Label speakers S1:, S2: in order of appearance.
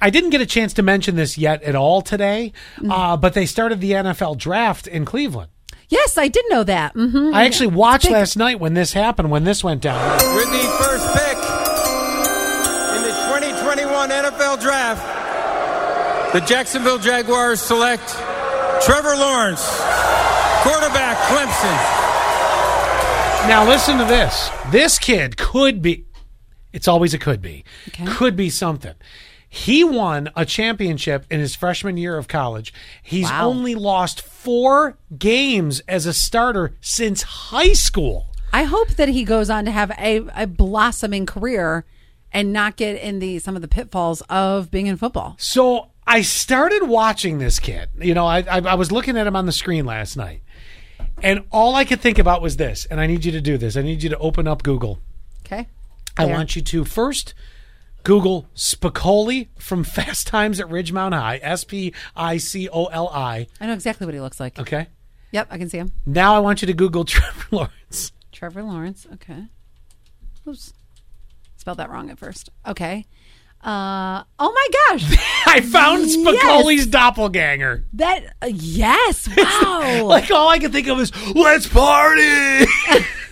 S1: I didn't get a chance to mention this yet at all today,
S2: Mm.
S1: uh, but they started the NFL draft in Cleveland.
S2: Yes, I did know that. hmm
S1: I actually watched last night when this happened, when this went down.
S3: With the first pick in the 2021 NFL Draft, the Jacksonville Jaguars select Trevor Lawrence, quarterback Clemson.
S1: Now listen to this. This kid could be it's always a could be.
S2: Okay.
S1: Could be something. He won a championship in his freshman year of college. He's
S2: Wow.
S1: only lost 4 games as a starter since high school.
S2: I hope that he goes on to have a, a blossoming career and not get in the some of the pitfalls of being in football.
S1: So I started watching this kid. You know, I, I I was looking at him on the screen last night. And all I could think about was this, and I need you to do this. I need you to open up Google.
S2: Okay.
S1: I
S2: There.
S1: want you to first Google Spicoli from Fast Times at Ridgemont High, S P I C O L I.
S2: I know exactly what he looks like.
S1: Okay.
S2: Yep, I can see him.
S1: Now I want you to Google Trevor Lawrence.
S2: Trevor Lawrence. Okay. Oops. Spelled that wrong at first. Okay. Uh, oh my gosh.
S1: I found
S2: Yes.
S1: Spicoli's doppelganger.
S2: That, uh, yes. Wow.
S1: Like all I could think of is let's party.